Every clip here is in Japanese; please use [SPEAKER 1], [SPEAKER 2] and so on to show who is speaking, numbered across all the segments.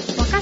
[SPEAKER 1] 阪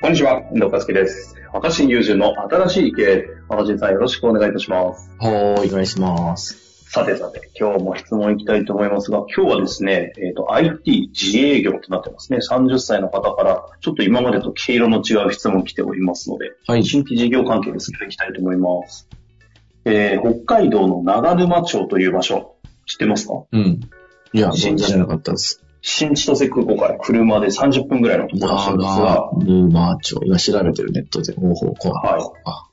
[SPEAKER 2] こんにちは、遠藤和樹です。若新友人の新しい経営、若新さんよろしくお願いいたします。
[SPEAKER 3] はーい、お願いします。
[SPEAKER 2] さてさて、今日も質問いきたいと思いますが、今日はですね、えっ、と、IT 自営業となってますね。30歳の方から、ちょっと今までと毛色の違う質問来ておりますので、
[SPEAKER 3] はい。
[SPEAKER 2] 新規事業関係に進めていきたいと思います。えー、北海道の長沼町という場所、知ってますか
[SPEAKER 3] うん。いや、存じ上げなかったです。
[SPEAKER 2] 新千歳空港から車で30分ぐらいのところらしいんですが
[SPEAKER 3] 長、沼町。今調べてるネットで。方法こ
[SPEAKER 2] はい
[SPEAKER 3] あ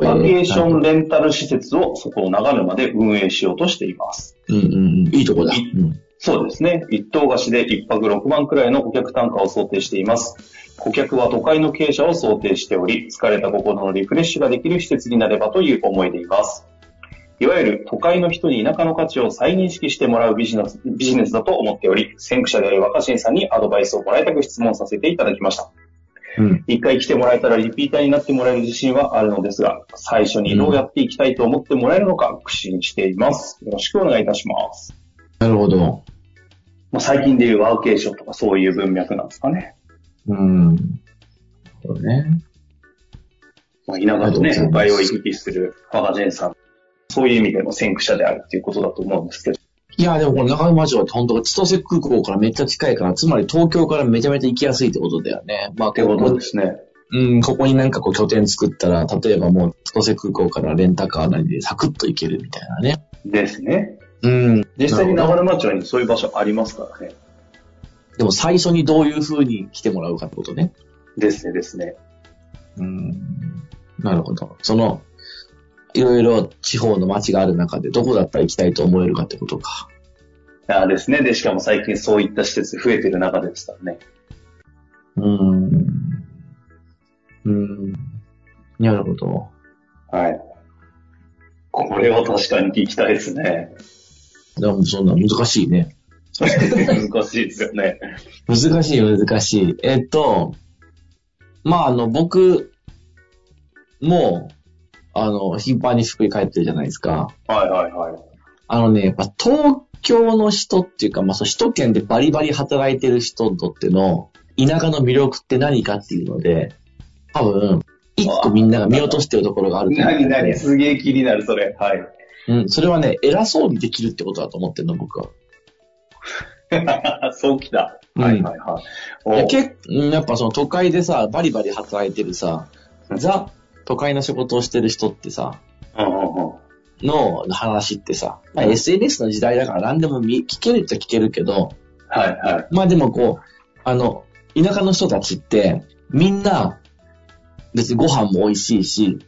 [SPEAKER 2] バケーシ
[SPEAKER 3] えー
[SPEAKER 2] ョ
[SPEAKER 3] な
[SPEAKER 2] ン
[SPEAKER 3] んか
[SPEAKER 2] レンタル施設をそこを長沼で運営しようとしています。
[SPEAKER 3] うんうんうん。いいとこだ。うん。
[SPEAKER 2] そうですね。一棟貸しで一泊6万くらいの顧客単価を想定しています。顧客は都会の経営者を想定しており、疲れた心のリフレッシュができる施設になればという思いでいます。いわゆる都会の人に田舎の価値を再認識してもらうビジネスビジネスだと思っており、先駆者である若新さんにアドバイスをもらいたく質問させていただきました。
[SPEAKER 3] うん。
[SPEAKER 2] 一回来てもらえたらリピーターになってもらえる自信はあるのですが、最初にどうやっていきたいと思ってもらえるのか苦心しています。よろしくお願いいたします。
[SPEAKER 3] なるほど。
[SPEAKER 2] まあ、最近でいうワーケーションとかそういう文脈なんですかね。
[SPEAKER 3] うん。これね。
[SPEAKER 2] まあ、田舎とね、
[SPEAKER 3] ありがとう
[SPEAKER 2] 都
[SPEAKER 3] ござい
[SPEAKER 2] 会
[SPEAKER 3] ます
[SPEAKER 2] を行き来する若人さん。そういう意味でも先駆者であるっていうことだと思うんですけど。
[SPEAKER 3] いや、でもこの長沼町って本当、千歳空港からめっちゃ近いから、つまり東京からめちゃめちゃ行きやすいってことだよね。まあ、
[SPEAKER 2] ってことですね。
[SPEAKER 3] うん、ここになんかこう拠点作ったら、例えばもう千歳空港からレンタカーなりでサクッと行けるみたいなね。
[SPEAKER 2] ですね。
[SPEAKER 3] うん。
[SPEAKER 2] 実際に長沼町にそういう場所ありますからね。
[SPEAKER 3] でも最初にどういう風に来てもらうかってことね。
[SPEAKER 2] ですね、ですね。
[SPEAKER 3] うん。なるほど。その、いろいろ地方の街がある中でどこだったら行きたいと思えるかってことか。
[SPEAKER 2] ああですね。で、しかも最近そういった施設増えてる中でですからね。
[SPEAKER 3] うん。うん。なるほど。
[SPEAKER 2] はい。これは確かに聞きたいですね。
[SPEAKER 3] でもそんな難しいね。
[SPEAKER 2] 難しいですよね。
[SPEAKER 3] 難しい難しい。えっと、まああの僕、もう、あの、頻繁に福井帰ってるじゃないですか。
[SPEAKER 2] はいはい はい。
[SPEAKER 3] あのね、やっぱ東京の人っていうか、まあ、そう首都圏でバリバリ働いてる人にとっての田舎の魅力って何かっていうので、多分、一個みんなが見落としてるところがあると思うん
[SPEAKER 2] 何
[SPEAKER 3] で
[SPEAKER 2] 何 すげえ気になる、それ。はい。
[SPEAKER 3] うん、それはね、偉そうにできるってことだと思ってるの、僕は。
[SPEAKER 2] そうきた。
[SPEAKER 3] うん
[SPEAKER 2] はいはいはいお
[SPEAKER 3] いや結うんやっぱその都会でさ、バリバリ働いてるさ、ザ、都会の仕事をしてる人ってさ、
[SPEAKER 2] うんうんうん。
[SPEAKER 3] の話ってさ、まあ、SNS の時代だから何でも見聞けるっちゃ聞けるけど、
[SPEAKER 2] はいはい。
[SPEAKER 3] まあでもこう、あの、田舎の人たちって、みんな、別にご飯も美味しいし、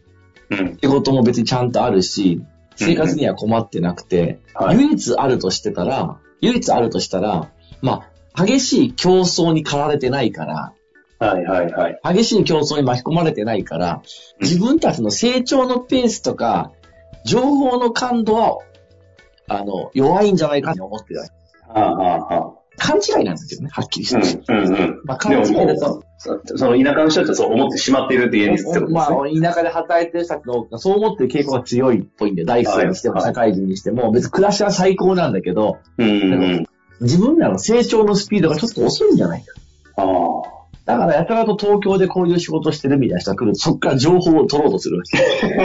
[SPEAKER 2] うん。
[SPEAKER 3] 仕事も別にちゃんとあるし、生活には困ってなくて、
[SPEAKER 2] はい
[SPEAKER 3] 唯一あるとしてたら、唯一あるとしたら、まあ、激しい競争に駆られてないから、
[SPEAKER 2] はいはいはい。
[SPEAKER 3] 激しい競争に巻き込まれてないから、自分たちの成長のペースとか、情報の感度は、あの、弱いんじゃないかって思ってた。
[SPEAKER 2] はあはあはあ。
[SPEAKER 3] 勘違いなんですよね、はっきりし
[SPEAKER 2] う
[SPEAKER 3] て。
[SPEAKER 2] んうんうん。
[SPEAKER 3] まあ、勘違いだ
[SPEAKER 2] で
[SPEAKER 3] と
[SPEAKER 2] ももう、そその田舎の人ってそう思ってしまっているっていう現実ってことで
[SPEAKER 3] ますあ
[SPEAKER 2] ね。、
[SPEAKER 3] 田舎で働いてる人たちの方がそう思ってる傾向が強いっぽいんで、大学生にしても
[SPEAKER 2] はい
[SPEAKER 3] 社会人にしても、別に暮らしは最高なんだけど、
[SPEAKER 2] うんうん。
[SPEAKER 3] 自分らの成長のスピードがちょっと遅いんじゃないか。
[SPEAKER 2] ああ。
[SPEAKER 3] だから、やたらと東京でこういう仕事してるみたいな人が来ると、そっから情報を取ろうとするわけ。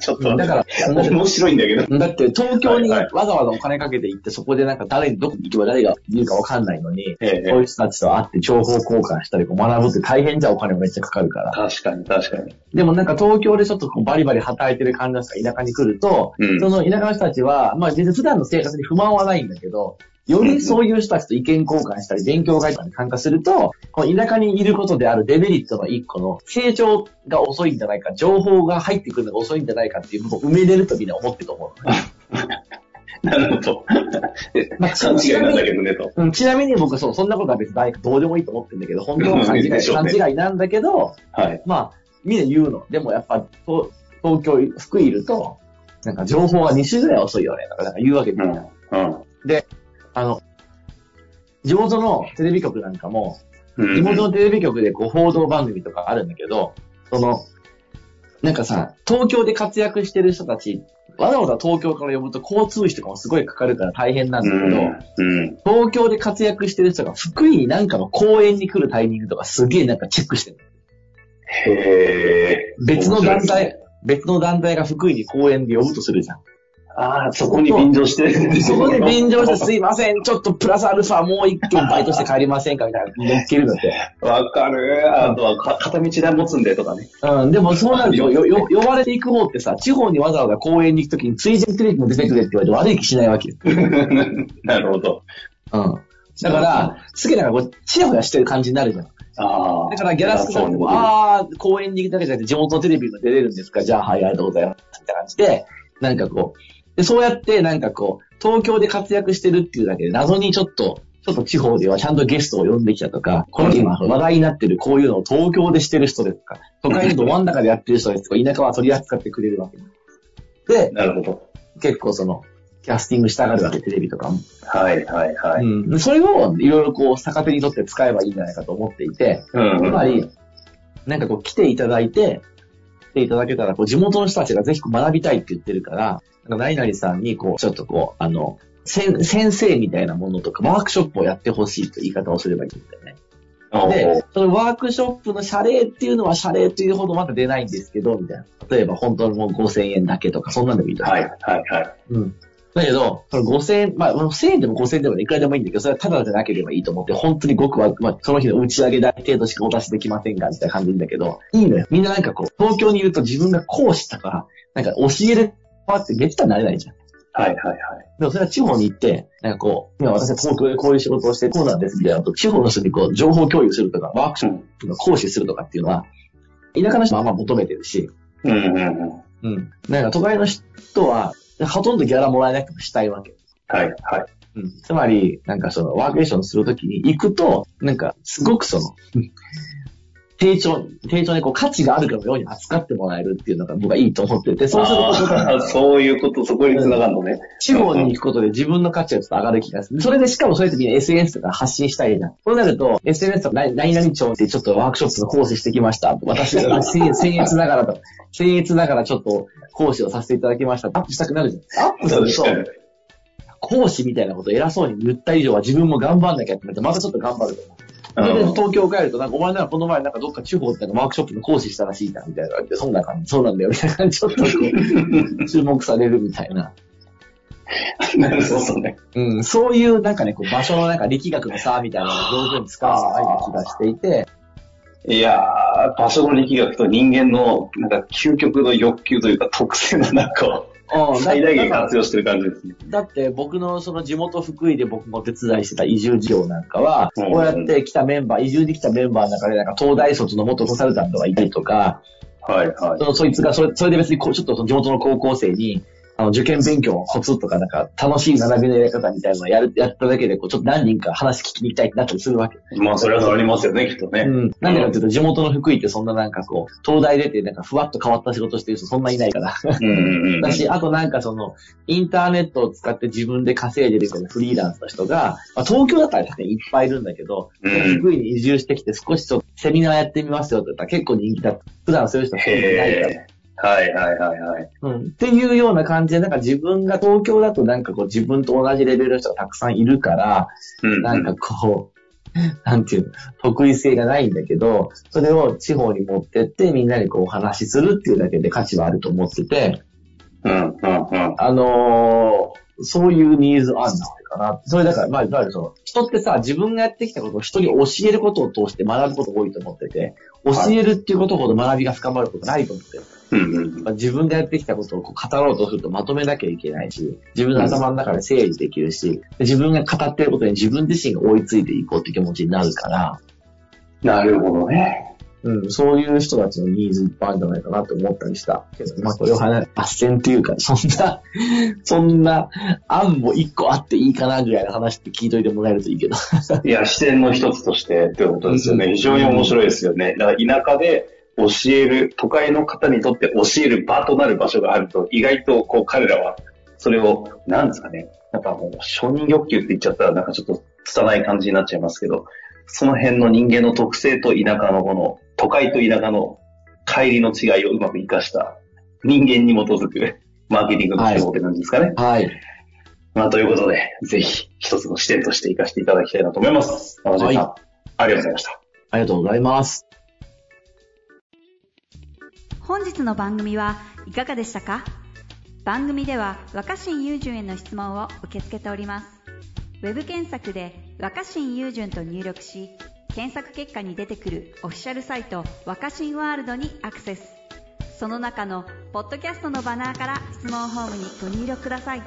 [SPEAKER 2] ちょっと
[SPEAKER 3] だ
[SPEAKER 2] 待っ
[SPEAKER 3] か
[SPEAKER 2] て、
[SPEAKER 3] ら、
[SPEAKER 2] 面白いんだけど。
[SPEAKER 3] だって東京に
[SPEAKER 2] はいは
[SPEAKER 3] わ
[SPEAKER 2] い
[SPEAKER 3] ざわざお金かけて行って、そこでなんか誰に、どこに行けば誰がいるかわかんないのに、
[SPEAKER 2] ええ
[SPEAKER 3] こういう人たちと会って情報交換したり、こう学ぶって大変じゃんお金めっちゃかかるから。
[SPEAKER 2] 確かに確かに。
[SPEAKER 3] でもなんか東京でちょっとこうバリバリ働いてる患者さんが田舎に来ると、
[SPEAKER 2] うん
[SPEAKER 3] その田舎の人たちは、まあ全然普段の生活に不満はないんだけど、よりそういう人たちと意見交換したり、勉強会とかに参加すると、この田舎にいることであるデメリットの一個の、成長が遅いんじゃないか、情報が入ってくるのが遅いんじゃないかっていうことを埋めれるとみんな思ってると思う。
[SPEAKER 2] なるほど。
[SPEAKER 3] まあ
[SPEAKER 2] 勘違いなんだけどねと。
[SPEAKER 3] うん、ちなみに僕はそう、そんなことは別に大学どうでもいいと思ってるんだけど、本当は勘違
[SPEAKER 2] うんで
[SPEAKER 3] い、
[SPEAKER 2] しょう
[SPEAKER 3] 勘
[SPEAKER 2] ね
[SPEAKER 3] 違いなんだけど、
[SPEAKER 2] はい。
[SPEAKER 3] まあ、みんな言うの。でもやっぱ、東東京、福井いると、なんか情報は2週ぐらい遅いよね。なんか言うわけみんな。
[SPEAKER 2] うん。
[SPEAKER 3] あの、地元のテレビ局なんかも、
[SPEAKER 2] うん。
[SPEAKER 3] 地元のテレビ局でこう報道番組とかあるんだけど、その、なんかさ、東京で活躍してる人たち、わざわざ東京から呼ぶと交通費とかもすごいかかるから大変なんだけど、
[SPEAKER 2] うん。うん。
[SPEAKER 3] 東京で活躍してる人が福井になんかの公演に来るタイミングとかすげえなんかチェックしてる。
[SPEAKER 2] へー
[SPEAKER 3] 別の団。
[SPEAKER 2] 面白いで
[SPEAKER 3] 体、別の団体が福井に公演で呼ぶとするじゃん。
[SPEAKER 2] すねああ、そこに便乗して。
[SPEAKER 3] そこで便乗してすいませ ん、ちょっとプラスアルファもう一件バイトして帰りませんかみたいな。乗っけるんだって。
[SPEAKER 2] わかる。あとはか、片道で持つんでとかね。
[SPEAKER 3] うん、でもそうなると、よ、よ、呼ばれていく方ってさ、地方にわざわざ公園に行くときに、追人テレビも出てくれって言われて悪い気しないわけよ。
[SPEAKER 2] なるほど。
[SPEAKER 3] うん。だから、すげえなんかこう、チヤホヤしてる感じになるじゃん。
[SPEAKER 2] ああ。
[SPEAKER 3] だからギャラスクさんも、あー、公園に行くだけじゃなくて地元のテレビも出れるんですかじゃあ、はい、ありがとうございます。みたいな感じで、なんかこう、で、そうやって、なんかこう、東京で活躍してるっていうだけで、謎にちょっと、ちょっと地方ではちゃんとゲストを呼んできたとか、この今話題になってるこういうのを東京でしてる人ですとか、都会のど真ん中でやってる人ですとか、田舎は取り扱ってくれるわけ。で、
[SPEAKER 2] なるほど。
[SPEAKER 3] 結構その、キャスティングしたがるわけ、テレビとかも。
[SPEAKER 2] はいはいは
[SPEAKER 3] う
[SPEAKER 2] い。
[SPEAKER 3] ん。それをいろいろこう、逆手にとって使えばいいんじゃないかと思っていて、
[SPEAKER 2] うん
[SPEAKER 3] つまり、なんかこう来ていただいて、来ていただけたら、こう地元の人たちがぜひこう学びたいって言ってるから、なんか何々さんにこう、ちょっとこう、あの、先先生みたいなものとか、ワークショップをやってほしいという言い方をすればいいんだよね。
[SPEAKER 2] おー
[SPEAKER 3] で、そのワークショップの謝礼っていうのは謝礼というほどまだ出ないんですけど、みたいな。例えば本当にもう5000円だけとか、そんなんでもいいと思う
[SPEAKER 2] はいはいはい。
[SPEAKER 3] うん。だけど、その5000円、まあ、まあ1000円でも5000円でもいくらでもいいんだけど、それはタダじゃなければいいと思って、本当にごくは、まあ、その日の打ち上げ代程度しかお出しできませんが、みたいな感じなんだけど、いいのよ。みんななんかこう、東京にいると自分が講師だから、なんか教える側ってめったになれないじゃん。
[SPEAKER 2] はいはいはい。
[SPEAKER 3] でもそれは地方に行って、なんかこう、今私は東京でこういう仕事をしてこうなんですみたいなこと、地方の人にこう、情報共有するとか、ワークショ
[SPEAKER 2] うん。
[SPEAKER 3] ップの講師するとかっていうのは、田舎の人はあんま求めてるし、
[SPEAKER 2] うんうんうん。
[SPEAKER 3] うん。なんか都会の人は、ほとんどギャラもらえなくてもしたいわけ。
[SPEAKER 2] はいはい。
[SPEAKER 3] うんつまり、なんかそのワーケーションするときに行くと、なんかすごくその、丁重、丁重にこう価値があるかのように扱ってもらえるっていうのが僕はいいと思ってて、そうすると僕
[SPEAKER 2] あー
[SPEAKER 3] は
[SPEAKER 2] そういうこと、そこに繋がるのね。
[SPEAKER 3] 地方に行くことで自分の価値がちょっと上がる気がする。それでしかもそうやってみんな SNS とか発信したいじゃん。そうなると、SNS とか何何々町でちょっとワークショップの講師してきました。私、僭 僭越ながらと、僭越ながらちょっと講師をさせていただきました。アップしたくなるじゃん。アップすると、講師みたいなこと偉そうに言った以上は自分も頑張んなきゃってなって、またちょっと頑張ると思う。それで
[SPEAKER 2] うん
[SPEAKER 3] 東京帰ると、なんかお前ならこの前なんかどっか地方ってなんかワークショップの講師したらしいな、みたいな。そんな感じ、そうなんだよ、みたいな感 じ。ちょっとこ う、注目されるみたいな。
[SPEAKER 2] なるほどね。
[SPEAKER 3] うん、そういうなんかね、こう場所のなんか力学の差みたいなのを上手に使うしかないような気がしていて、
[SPEAKER 2] いやー、場所の力学と人間の、なんか、究極の欲求というか、特性のなんかを、
[SPEAKER 3] うん、だ
[SPEAKER 2] 最大限
[SPEAKER 3] だ
[SPEAKER 2] 活用してる感じですね。
[SPEAKER 3] だって僕のその地元福井で僕もお手伝いしてた移住事業なんかは、
[SPEAKER 2] うん
[SPEAKER 3] こうやって来たメンバー、移住できたメンバーの中でなんか東大卒の元コンサルタントがいたりとか、
[SPEAKER 2] はいはい
[SPEAKER 3] そ。のそいつがそれ、それで別にこう、ちょっとその地元の高校生に、あの、受験勉強のコツとか、なんか、楽しい学びのやり方みたいなのをやる、やっただけで、こう、ちょっと何人か話聞きに行きたいってなったりするわけ。
[SPEAKER 2] まあ、それはありますよね、きっとね。
[SPEAKER 3] うん。なんでかっていうと、地元の福井ってそんななんかこう、東大出て、なんか、ふわっと変わった仕事してる人そんないないから。
[SPEAKER 2] うんうんうん。
[SPEAKER 3] だし、あとなんかその、インターネットを使って自分で稼いでる人のフリーランスの人が、まあ、東京だったら確かにいっぱいいるんだけど、
[SPEAKER 2] うん
[SPEAKER 3] 福井に移住してきて少しちょっとセミナーやってみますよって言ったら結構人気だった。普段そういう人はそんなにいないから。
[SPEAKER 2] へーはいはいはいはい。
[SPEAKER 3] うんっていうような感じで、なんか自分が東京だとなんかこう自分と同じレベルの人がたくさんいるから、
[SPEAKER 2] うんうん
[SPEAKER 3] なんかこう、なんていうの、得意性がないんだけど、それを地方に持ってってみんなにこうお話しするっていうだけで価値はあると思ってて、
[SPEAKER 2] うんうんうん。
[SPEAKER 3] あのーそういうニーズあるんじゃないかな。それだから、まあ、いわゆるその、人ってさ、自分がやってきたことを人に教えることを通して学ぶことが多いと思ってて、教えるっていうことほど学びが深まることないと思ってる
[SPEAKER 2] うんうん
[SPEAKER 3] まあ自分がやってきたことをこう語ろうとするとまとめなきゃいけないし、自分の頭の中で整理できるし、で自分が語ってることに自分自身が追いついていこうって気持ちになるから、
[SPEAKER 2] なるほどね。
[SPEAKER 3] うん、そういう人たちのニーズいっぱいあるんじゃないかなと思ったりした。けど、まあ、これを話、脱線っていうか、そんな、 そんな案も一個あっていいかなぐらいの話って聞いといてもらえるといいけど。
[SPEAKER 2] いや、視点の一つとしてってことですよね。非常に面白いですよね。だから田舎で教える、都会の方にとって教える場となる場所があると、意外とこう彼らは、それを、なんですかね、なんかもう承認欲求って言っちゃったらなんかちょっと拙い感じになっちゃいますけど、その辺の人間の特性と田舎のこの、都会と田舎の帰りの違いをうまく活かした人間に基づくマーケティングの手法って感じですかね。
[SPEAKER 3] はい。
[SPEAKER 2] まあ、ということで、ぜひ一つの視点として活かしていただきたいなと思います。中島さん、
[SPEAKER 3] は
[SPEAKER 2] ありがとうございました。
[SPEAKER 3] ありがとうございます。
[SPEAKER 1] 本日の番組はいかがでしたか番組では若新雄純への質問を受け付けておりますウェブ検索で「若新雄純」と入力し検索結果に出てくるオフィシャルサイト「若新ワールド」にアクセスその中の「ポッドキャスト」のバナーから質問フォームにご入力ください